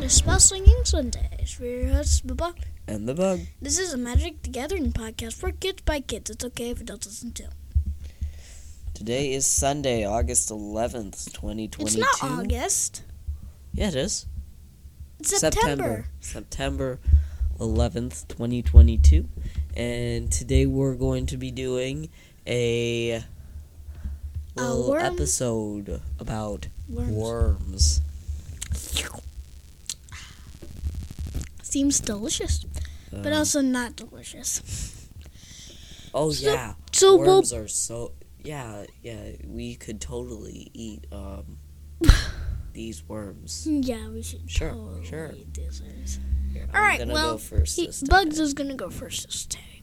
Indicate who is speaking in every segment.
Speaker 1: Especially in Sundays. We're your hosts, Bubba.
Speaker 2: And the bug.
Speaker 1: This is a Magic the Gathering podcast for kids by kids. It's okay if adults listen too.
Speaker 2: Today is Sunday, August 11th, 2022.
Speaker 1: It's not August.
Speaker 2: Yeah, it is.
Speaker 1: It's September.
Speaker 2: September 11th, 2022. And today we're going to be doing a little
Speaker 1: worm?
Speaker 2: episode about
Speaker 1: Worms.
Speaker 2: worms.
Speaker 1: Seems delicious, but
Speaker 2: Um,
Speaker 1: also not delicious.
Speaker 2: Oh,
Speaker 1: so-
Speaker 2: yeah.
Speaker 1: So we'll
Speaker 2: worms are so. Yeah, yeah. We could totally eat um, these worms.
Speaker 1: yeah, we should
Speaker 2: Sure,
Speaker 1: totally
Speaker 2: sure.
Speaker 1: eat this.
Speaker 2: Here,
Speaker 1: All
Speaker 2: I'm
Speaker 1: right,
Speaker 2: gonna
Speaker 1: well,
Speaker 2: go first.
Speaker 1: He,
Speaker 2: this time.
Speaker 1: Bugs is gonna go first this time.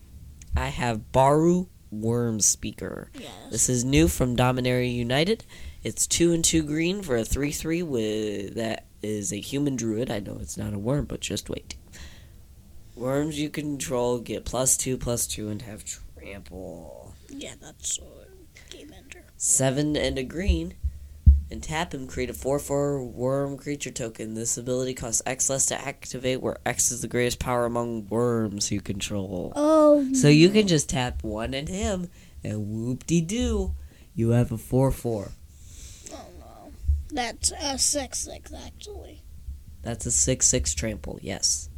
Speaker 2: I have Baru Worm Speaker.
Speaker 1: Yes.
Speaker 2: This is new from Dominaria United. It's two and two green for a three three with that is a human druid. I know it's not a worm, but just wait. Worms you control get plus two plus two and have trample.
Speaker 1: Yeah, that's uh, game ender.
Speaker 2: Seven and a green. And tap him, create a 4 4 worm creature token. This ability costs X less to activate, where X is the greatest power among worms you control.
Speaker 1: Oh,
Speaker 2: So you can just tap one and him, and whoop de doo, you have a 4 4.
Speaker 1: Oh no. That's a six six actually.
Speaker 2: That's a 6 6 trample, yes.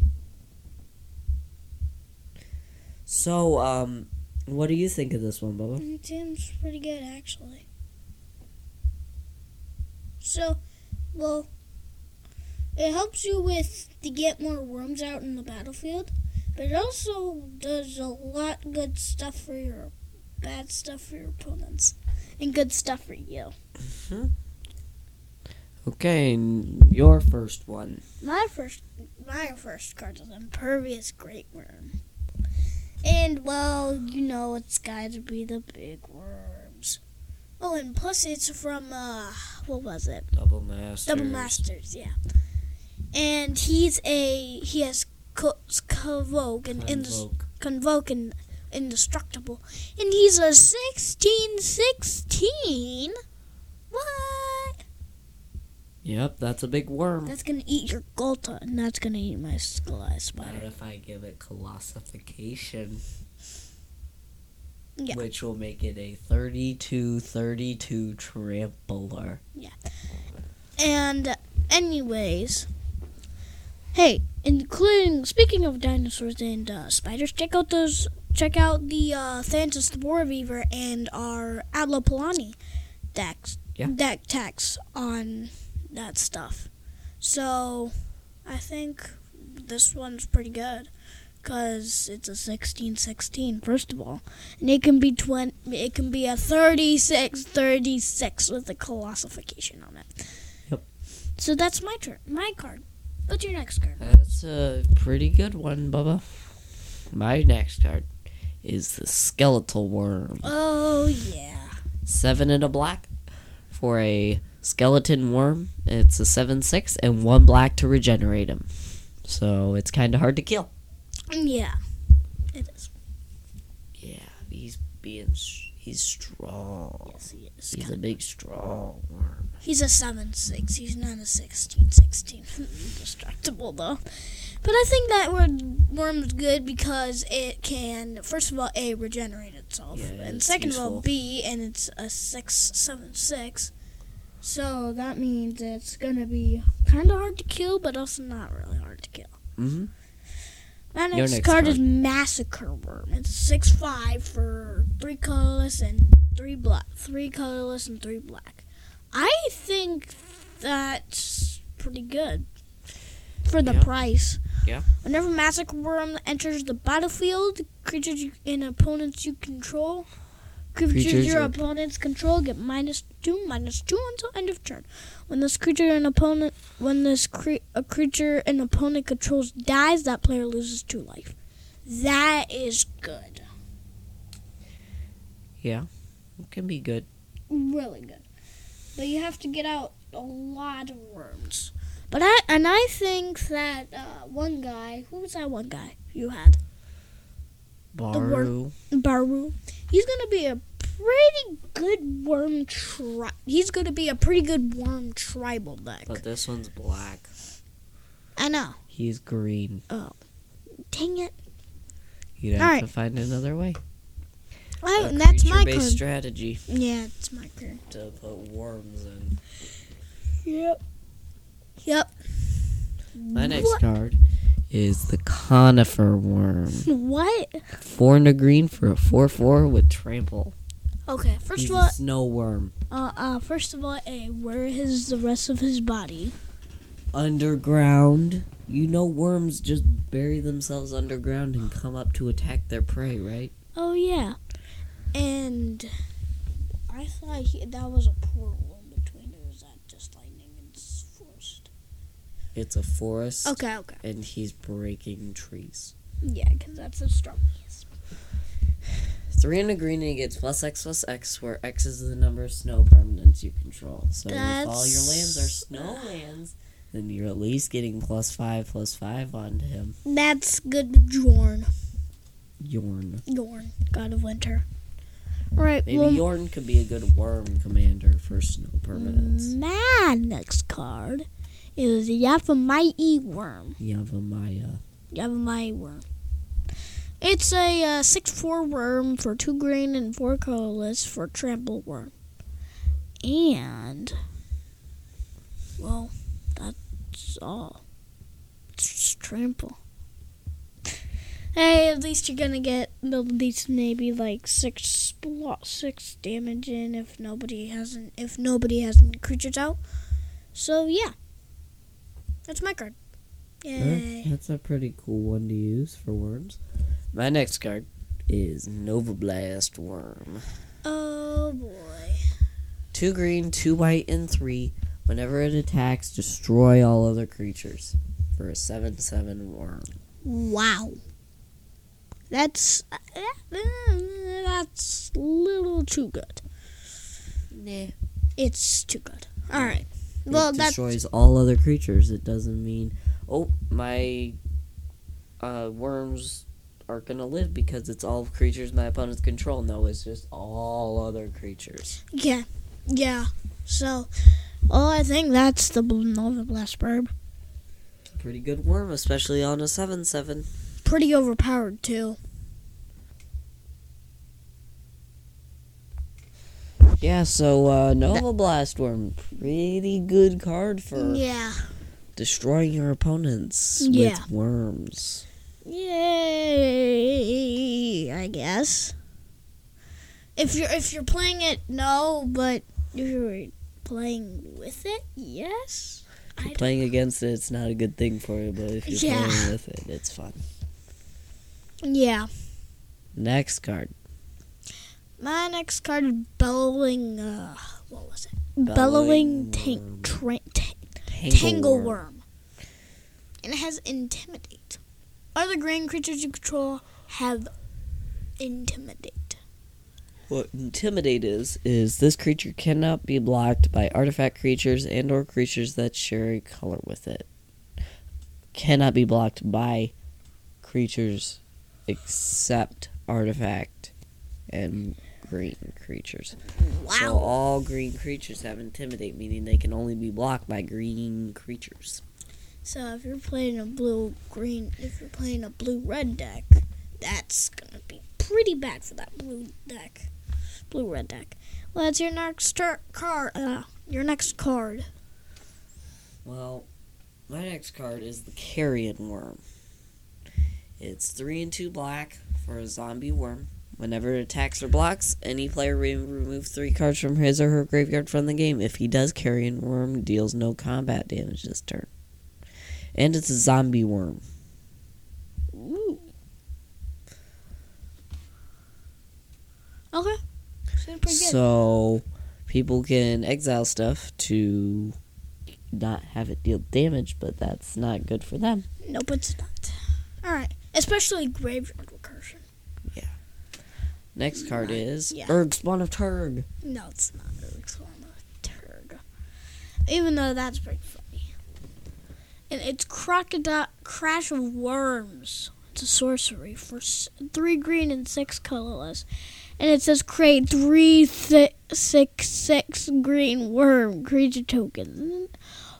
Speaker 2: So, um, what do you think of this one, Bubba?
Speaker 1: Mm, Tim's pretty good actually. So, well, it helps you with to get more worms out in the battlefield, but it also does a lot good stuff for your bad stuff for your opponents and good stuff for you.
Speaker 2: Okay, n- your first one.
Speaker 1: My first, my first card is Impervious Great Worm, and well, you know it's got to be the big worms. Oh, and plus it's from uh, what was it?
Speaker 2: Double Master.
Speaker 1: Double Masters, yeah. And he's a he has co- convoke and indes- convoke and indestructible, and he's a sixteen sixteen. What?
Speaker 2: Yep, that's a big worm.
Speaker 1: That's gonna eat your Golta, and that's gonna eat my Skull Eye Spider.
Speaker 2: Not if I give it Colossification,
Speaker 1: Yeah.
Speaker 2: which will make it a 32 32 trampler.
Speaker 1: And anyways, hey, including speaking of dinosaurs and uh, spiders, check out those check out the uh, Thantis the War Beaver and our Adlopalani decks
Speaker 2: Yeah.
Speaker 1: deck tax on that stuff. So I think this one's pretty good because it's a 16 16 first of all and it can be 20 it can be a 36 36 with a colossification on it so that's my turn, my card. What's your next card?
Speaker 2: That's a pretty good one, Bubba. My next card is the Skeletal Worm.
Speaker 1: Oh yeah,
Speaker 2: Seven and a black for a skeleton worm. It's a 7 6 and one black to regenerate him. So it's kind of hard to kill.
Speaker 1: yeah, it is.
Speaker 2: Yeah, he's being. s he's strong.
Speaker 1: Yes, he is.
Speaker 2: He's a big, strong worm.
Speaker 1: He's a seven six. He's not a sixteen sixteen. Indestructible though. But I think that word worm's good because it can first of all a regenerate itself,
Speaker 2: Yeah,
Speaker 1: and
Speaker 2: it's
Speaker 1: second of all
Speaker 2: useful.
Speaker 1: b, and it's a six seven six. So that means it's gonna be kind of hard to kill, but also not really hard to kill.
Speaker 2: Mm-hmm.
Speaker 1: My next,
Speaker 2: Your next
Speaker 1: card,
Speaker 2: card.
Speaker 1: is Massacre Worm. It's six five for three colorless and three black. Three colorless and three black. I think that's pretty good for the
Speaker 2: Yeah.
Speaker 1: price.
Speaker 2: Yeah.
Speaker 1: Whenever Massacre Worm enters the battlefield, creatures you, and opponents you control, creatures,
Speaker 2: Creatures
Speaker 1: your
Speaker 2: you-
Speaker 1: opponents control get minus two, minus two until end of turn. When this creature and opponent, when this cre- a creature an opponent controls dies, that player loses two life. That is good,
Speaker 2: Yeah, it can be good.
Speaker 1: really good. But you have to get out a lot of worms. But I and I think that uh, one guy, who was that one guy you had,
Speaker 2: Baru.
Speaker 1: Baru, he's gonna be a pretty good worm tri. He's gonna be a pretty good worm tribal deck.
Speaker 2: But this one's black.
Speaker 1: I know.
Speaker 2: He's green.
Speaker 1: Dang it.
Speaker 2: You'd have
Speaker 1: Alright.
Speaker 2: to find another way.
Speaker 1: Oh,
Speaker 2: A
Speaker 1: and that's my
Speaker 2: creature-based
Speaker 1: card.
Speaker 2: strategy
Speaker 1: yeah, it's my card.
Speaker 2: to put uh, worms in.
Speaker 1: Yep. Yep.
Speaker 2: My next
Speaker 1: What?
Speaker 2: card is the conifer worm.
Speaker 1: What?
Speaker 2: Four and a green for a four-four with trample.
Speaker 1: Okay, first
Speaker 2: He's
Speaker 1: of
Speaker 2: a
Speaker 1: all,
Speaker 2: snow worm.
Speaker 1: uh, uh, first of all, A, where is the rest of his body?
Speaker 2: Underground. You know worms just bury themselves underground and come up to attack their prey, right?
Speaker 1: Oh, yeah. And I thought he, that was a portal in between, or is that just lightning and s- forest?
Speaker 2: It's a forest.
Speaker 1: Okay, okay.
Speaker 2: And he's breaking trees.
Speaker 1: Yeah, because that's how strong he is.
Speaker 2: Three and a green and it gets plus X plus X, where X is the number of snow permanents you control. So if all your lands are
Speaker 1: That's-
Speaker 2: snow lands, then you're at least getting plus five plus five onto him.
Speaker 1: That's good, Jorn.
Speaker 2: Yorn.
Speaker 1: Jorn, god of winter. Alright,
Speaker 2: Maybe
Speaker 1: well,
Speaker 2: Yorn could be a good worm commander for snow permanents.
Speaker 1: my next card is Yapamai Worm.
Speaker 2: Yavamaya.
Speaker 1: You have my worm. It's a uh, 6 4 worm for 2 green and 4 colorless for trample worm. And. Well, that's all. It's just trample. Hey, at least you're gonna get at least maybe like six blo- six damage in if nobody hasn't if nobody has any creatures out. So yeah, that's my card. Yay!
Speaker 2: Huh? That's a pretty cool one to use for worms. My next card is Nova Blast Worm.
Speaker 1: Oh boy.
Speaker 2: Two green, two white, and three. Whenever it attacks, destroy all other creatures for a 7 7 worm.
Speaker 1: Wow. That's uh, that's a little too good.
Speaker 2: Nah.
Speaker 1: It's too good. All right.
Speaker 2: Well,
Speaker 1: Well,
Speaker 2: it
Speaker 1: that's
Speaker 2: destroys all other creatures. It doesn't mean, oh, my uh, worms are going to live because it's all creatures my opponents control. No, it's just all other creatures.
Speaker 1: yeah, yeah. So, well, I think that's the bl- Nova Blast Burb.
Speaker 2: Pretty good worm, especially on a 7 7.
Speaker 1: Pretty overpowered too.
Speaker 2: Yeah, so uh, Nova Blast Worm, pretty good card for
Speaker 1: Yeah.
Speaker 2: destroying your opponents
Speaker 1: Yeah.
Speaker 2: with worms.
Speaker 1: Yay! I guess. If you're if you're playing it, no. But if you're playing with it, yes. I don't-
Speaker 2: Playing against it, it's not a good thing for you, but if you're
Speaker 1: Yeah.
Speaker 2: playing with it, it's fun.
Speaker 1: Yeah.
Speaker 2: Next card,
Speaker 1: My next card is bellowing. Uh, what was it? Bellowing,
Speaker 2: Bellowing
Speaker 1: tank tra- ta-
Speaker 2: Tangle,
Speaker 1: tangle worm. And it has intimidate. Other green creatures you control have intimidate.
Speaker 2: What intimidate is is this creature cannot be blocked by artifact creatures and or creatures that share a color with it. Cannot be blocked by creatures except artifact and green creatures. So
Speaker 1: Wow.
Speaker 2: all green creatures have intimidate, meaning they can only be blocked by green creatures.
Speaker 1: So if you're playing a blue green, if you're playing a blue red deck, that's gonna be pretty bad for that blue deck, blue red deck. Well, that's your next tur- card. Uh, your next card.
Speaker 2: Well, my next card is the Carrion Worm. It's 3 and 2 black for a zombie worm. Whenever it attacks or blocks, any player may remove 3 cards from his or her graveyard from the game. If he does, Carrion Worm deals no combat damage this turn. And it's a zombie worm.
Speaker 1: Ooh. Okay. Sounds pretty good.
Speaker 2: So people can exile stuff to not have it deal damage, but that's not good for them.
Speaker 1: nope, it's not. All right. Especially graveyard recursion.
Speaker 2: Next card is
Speaker 1: Yeah.
Speaker 2: Urg Spawn of Turg.
Speaker 1: No, it's not an exclamation turd. Even though that's pretty funny. And it's crocodile crash of worms. It's a sorcery for s- three green and six colorless, and it says create three si- six six green worm creature tokens.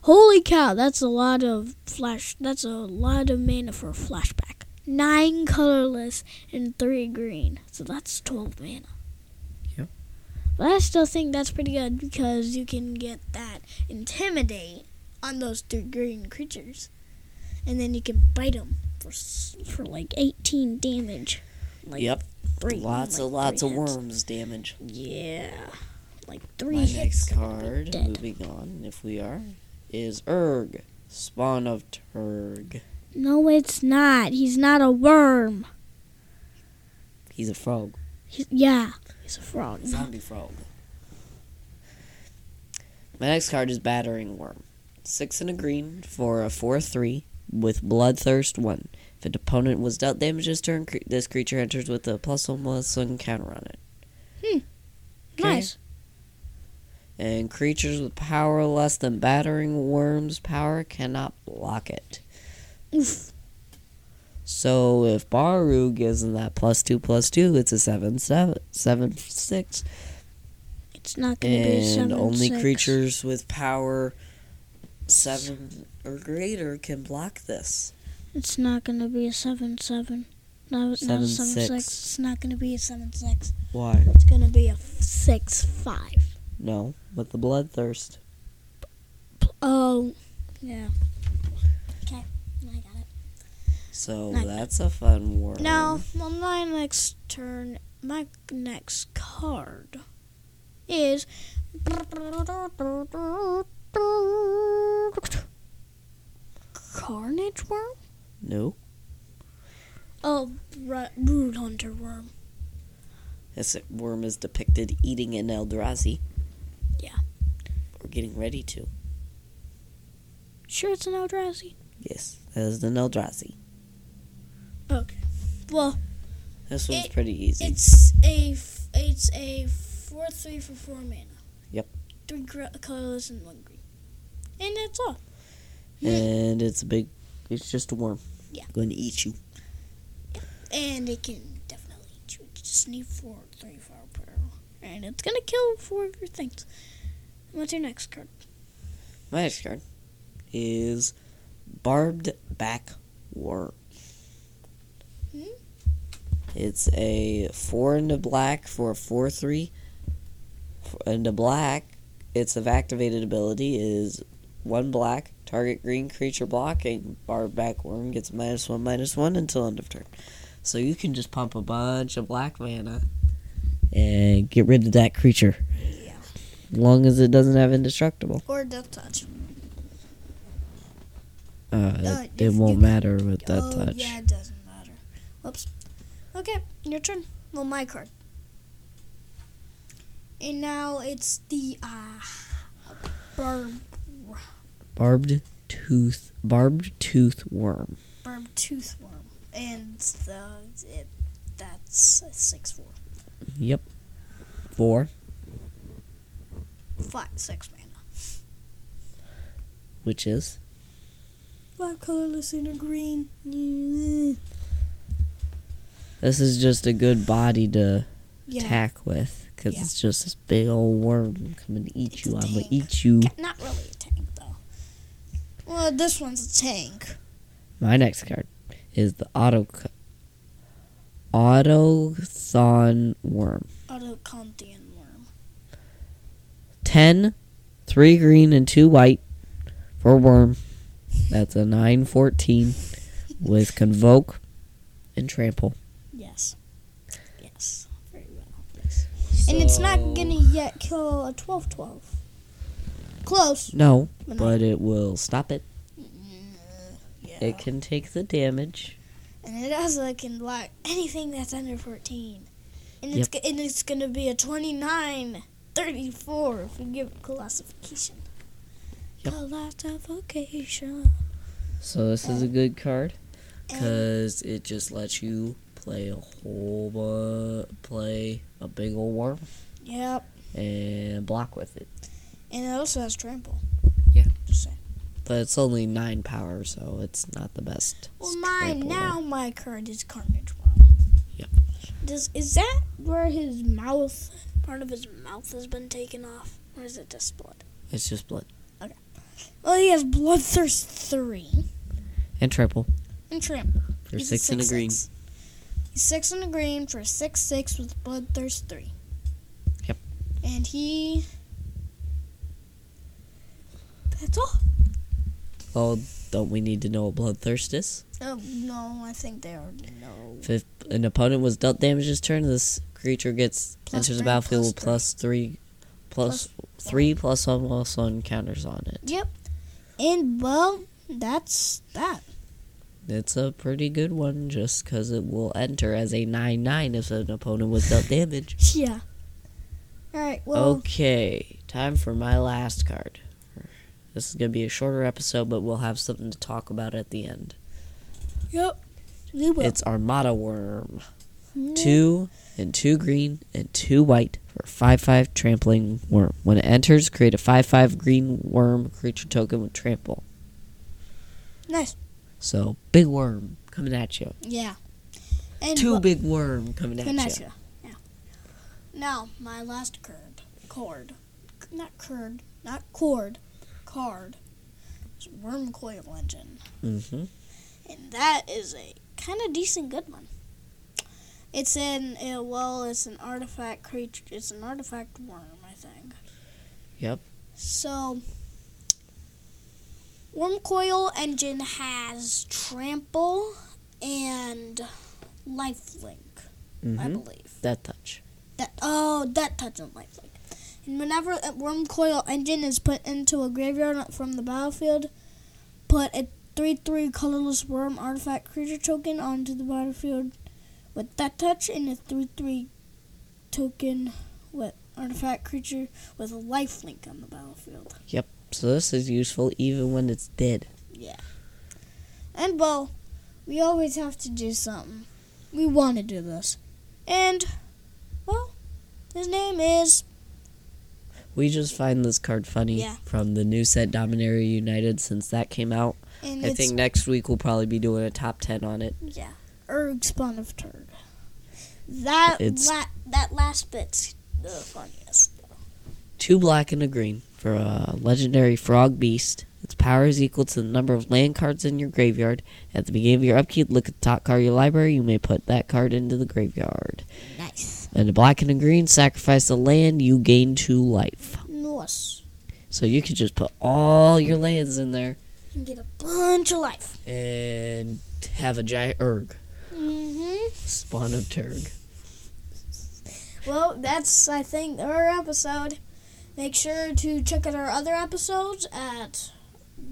Speaker 1: Holy cow, that's a lot of flash. That's a lot of mana for a flashback. Nine colorless and three green. So that's 12 mana.
Speaker 2: Yeah.
Speaker 1: But I still think that's pretty good because you can get that intimidate on those three green creatures. And then you can bite them for, s- for like 18 damage. Like
Speaker 2: yep.
Speaker 1: Three,
Speaker 2: lots
Speaker 1: like
Speaker 2: and lots
Speaker 1: three
Speaker 2: of
Speaker 1: hits.
Speaker 2: worms damage.
Speaker 1: Yeah. Like three
Speaker 2: My
Speaker 1: hits.
Speaker 2: next
Speaker 1: and you'll be
Speaker 2: card,
Speaker 1: dead.
Speaker 2: moving on, if we are, is Urg, spawn of Turg.
Speaker 1: No, it's not. He's not a worm.
Speaker 2: He's a frog,
Speaker 1: He's, yeah, he's a frog.
Speaker 2: zombie frog. My next card is Battering Worm. Six and a green for a 4 3 with Bloodthirst 1. If an opponent was dealt damage this turn, cre- this creature enters with a plus 1 plus 1 counter on it.
Speaker 1: Nice.
Speaker 2: And creatures with power less than Battering Worm's power cannot block it.
Speaker 1: Oof.
Speaker 2: So if Baru gives him that plus two plus two, it's a seven seven seven six,
Speaker 1: It's not going to be a
Speaker 2: and
Speaker 1: seven
Speaker 2: only
Speaker 1: six.
Speaker 2: creatures with power seven or greater can block this.
Speaker 1: It's not going to be a seven seven. No, it's not
Speaker 2: Seven
Speaker 1: a seven
Speaker 2: six.
Speaker 1: six. It's not going to be a seven six.
Speaker 2: Why?
Speaker 1: It's going to be a f- six five.
Speaker 2: No, with the bloodthirst.
Speaker 1: Oh, yeah. Okay, I got it.
Speaker 2: So
Speaker 1: Nice.
Speaker 2: that's a fun word.
Speaker 1: Now, on my next turn, my next card is. Carnage Worm?
Speaker 2: no,
Speaker 1: Oh, Ru- Brood Hunter Worm.
Speaker 2: this worm is depicted eating an Eldrazi.
Speaker 1: Yeah.
Speaker 2: Or getting ready to.
Speaker 1: Sure, it's an Eldrazi.
Speaker 2: Yes, that is an Eldrazi.
Speaker 1: Okay. Well,
Speaker 2: This one's
Speaker 1: It-
Speaker 2: pretty easy.
Speaker 1: it's a f- it's a four three for four mana.
Speaker 2: Yep.
Speaker 1: Three gr- colors and one green, and that's all.
Speaker 2: and it's a big. It's just a worm.
Speaker 1: Yeah.
Speaker 2: Going to eat you.
Speaker 1: And it can definitely eat you. You just need four, three, four barrel. And it's gonna kill four of your things. What's your next card?
Speaker 2: My next card is Barbed Back Worm.
Speaker 1: Hmm?
Speaker 2: It's a 4 into black for a 4 3. Into black, its of activated ability is 1 black, target green creature blocking. Barbed Back Worm gets minus 1 minus 1 until end of turn. So you can just pump a bunch of black mana and get rid of that creature.
Speaker 1: Yeah.
Speaker 2: Long as it doesn't have indestructible.
Speaker 1: Or death touch.
Speaker 2: Uh,
Speaker 1: Uh,
Speaker 2: it, it
Speaker 1: if
Speaker 2: won't
Speaker 1: you-
Speaker 2: matter with that
Speaker 1: oh,
Speaker 2: touch.
Speaker 1: Yeah, it doesn't matter. Whoops. Okay, your turn. Well, my card. And now it's the uh, barb,
Speaker 2: Barbed tooth, barbed tooth worm.
Speaker 1: barb tooth worm, and the it, that's a six four
Speaker 2: Yep. Four,
Speaker 1: five six mana.
Speaker 2: which is
Speaker 1: Black colorless and a green.
Speaker 2: this is just a good body to
Speaker 1: Yeah.
Speaker 2: attack with because
Speaker 1: Yeah.
Speaker 2: it's just this big old worm coming to eat
Speaker 1: It's
Speaker 2: you.
Speaker 1: a
Speaker 2: I'm gonna
Speaker 1: tank.
Speaker 2: eat you.
Speaker 1: Not really a tank though. Well, this one's a tank.
Speaker 2: My next card is the auto autothon worm.
Speaker 1: Autocontian worm.
Speaker 2: Ten, three green and two white for a worm. That's a nine fourteen with convoke and trample.
Speaker 1: Yes. Yes. Very well. Yes. And it's not gonna yet kill a 12 12. Close.
Speaker 2: No,
Speaker 1: But Mm,
Speaker 2: but it will stop it.
Speaker 1: Yeah.
Speaker 2: It can take the damage.
Speaker 1: and it also can block anything that's under 14. And it's, go- and it's gonna be a 29 34 if we give it classification.
Speaker 2: Yep.
Speaker 1: Classification.
Speaker 2: So this is a good card because it just lets you play a whole bu- play a big old worm
Speaker 1: Yep.
Speaker 2: and block with it.
Speaker 1: And it also has trample.
Speaker 2: Yeah.
Speaker 1: Just saying.
Speaker 2: But it's only nine power, so it's not the best.
Speaker 1: Well, my
Speaker 2: trample
Speaker 1: now
Speaker 2: worm.
Speaker 1: my card is Carnage Worm.
Speaker 2: Yep.
Speaker 1: Does is that where his mouth, part of his mouth, has been taken off, or is it just blood?
Speaker 2: It's just blood.
Speaker 1: Well, you have Bloodthirst 3
Speaker 2: And triple
Speaker 1: and Trample.
Speaker 2: for
Speaker 1: He's
Speaker 2: six and a green.
Speaker 1: 6'6". He's 6 and a green for 6 6 with Bloodthirst 3.
Speaker 2: Yep.
Speaker 1: And he. That's all.
Speaker 2: Well, Oh, don't we need to know what bloodthirst is?
Speaker 1: Oh, no, I think they already know.
Speaker 2: If an opponent was dealt damage this turn, this creature gets
Speaker 1: Plus
Speaker 2: enters the
Speaker 1: three,
Speaker 2: battlefield with
Speaker 1: plus
Speaker 2: plus three, plus, plus three, plus one, plus one counters on it.
Speaker 1: Yep. And, well, that's that.
Speaker 2: It's a pretty good one, just because it will enter as a nine nine if an opponent was dealt damage.
Speaker 1: Yeah. Alright, well.
Speaker 2: Oh. Okay, time for my last card. This is gonna be a shorter episode, but we'll have something to talk about at the end.
Speaker 1: Yep. We will. Mm,
Speaker 2: It's Armada Worm. Two and two green and two white for a five five trampling worm. When it enters, create a five five green worm creature token with trample.
Speaker 1: Nice.
Speaker 2: So big worm coming at you.
Speaker 1: Yeah. And
Speaker 2: Two
Speaker 1: well-
Speaker 2: big worm coming at you.
Speaker 1: Vanessa. Yeah. Now my last curd, cord, C- not curd, not cord, card. Is worm coil engine,
Speaker 2: Mm-hmm.
Speaker 1: and that is a kind of decent good one. It's an uh, well, it's an artifact creature. It's an artifact worm, I think.
Speaker 2: Yep.
Speaker 1: So. Worm coil engine has trample and lifelink, I
Speaker 2: Mm-hmm.
Speaker 1: believe.
Speaker 2: That touch.
Speaker 1: That oh, that touch on life link. And whenever a worm coil engine is put into a graveyard from the battlefield, put a three-three colorless worm artifact creature token onto the battlefield with that touch, and a three-three token with artifact creature with a life link on the battlefield.
Speaker 2: So this is useful even when it's dead.
Speaker 1: Yeah. And well, we always have to do something. We want to do this, and well, his name is
Speaker 2: We just find this card funny
Speaker 1: Yeah.
Speaker 2: from the new set Dominaria United since that came out.
Speaker 1: and
Speaker 2: I
Speaker 1: it's
Speaker 2: think next week we'll probably be doing a top ten on it.
Speaker 1: Yeah. Erg spawn of turd. That
Speaker 2: It's-
Speaker 1: la- that last bit's the funniest.
Speaker 2: two black and a green for a legendary frog beast. Its power is equal to the number of land cards in your graveyard. At the beginning of your upkeep, look at the top card of your library. You may put that card into the graveyard.
Speaker 1: Nice.
Speaker 2: And a black and a green, sacrifice a land, you gain two life.
Speaker 1: Nice.
Speaker 2: So you could just put all your lands in there
Speaker 1: You get a bunch of life.
Speaker 2: and have a giant erg.
Speaker 1: hmm
Speaker 2: Spawn of E Turg.
Speaker 1: Well, that's I think our episode. Make sure to check out our other episodes at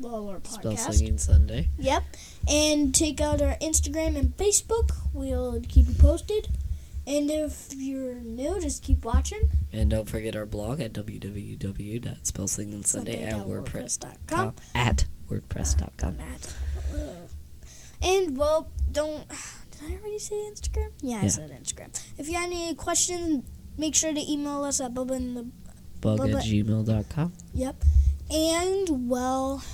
Speaker 1: Lawler
Speaker 2: Spell
Speaker 1: Podcast.
Speaker 2: Slinging Sunday.
Speaker 1: Yep. And take out our Instagram and Facebook. We'll keep you posted. And if you're new, just keep watching.
Speaker 2: And don't forget our blog at www.spellslingingsunday at WordPress.
Speaker 1: wordpress.com.
Speaker 2: At WordPress.com.
Speaker 1: uh, And well, don't. Did I already say Instagram? Yeah, I
Speaker 2: Yeah.
Speaker 1: said Instagram. If you have any questions, make sure to email us at bubba and the.
Speaker 2: Bug
Speaker 1: Bye-bye.
Speaker 2: at gmail.com.
Speaker 1: Yep. And well,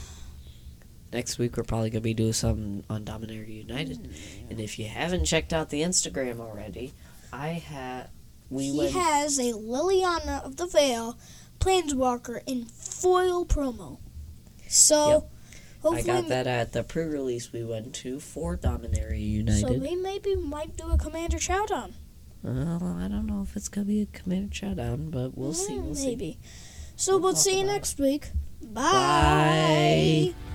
Speaker 2: next week we're probably going to be doing something on Dominaria United.
Speaker 1: Hmm.
Speaker 2: And if you haven't checked out the Instagram already, I had we
Speaker 1: he
Speaker 2: went
Speaker 1: has a Liliana of the Veil, Planeswalker in foil promo. So,
Speaker 2: Yep. I
Speaker 1: hopefully,
Speaker 2: got that at the pre-release we went to for Dominaria
Speaker 1: so
Speaker 2: United.
Speaker 1: we maybe might do a Commander Chowdown.
Speaker 2: well, I don't know if it's going to be a commander showdown, but we'll see.
Speaker 1: Mm,
Speaker 2: We'll see.
Speaker 1: maybe. So we'll,
Speaker 2: We'll talk
Speaker 1: see you
Speaker 2: about it.
Speaker 1: next week. Bye.
Speaker 2: Bye.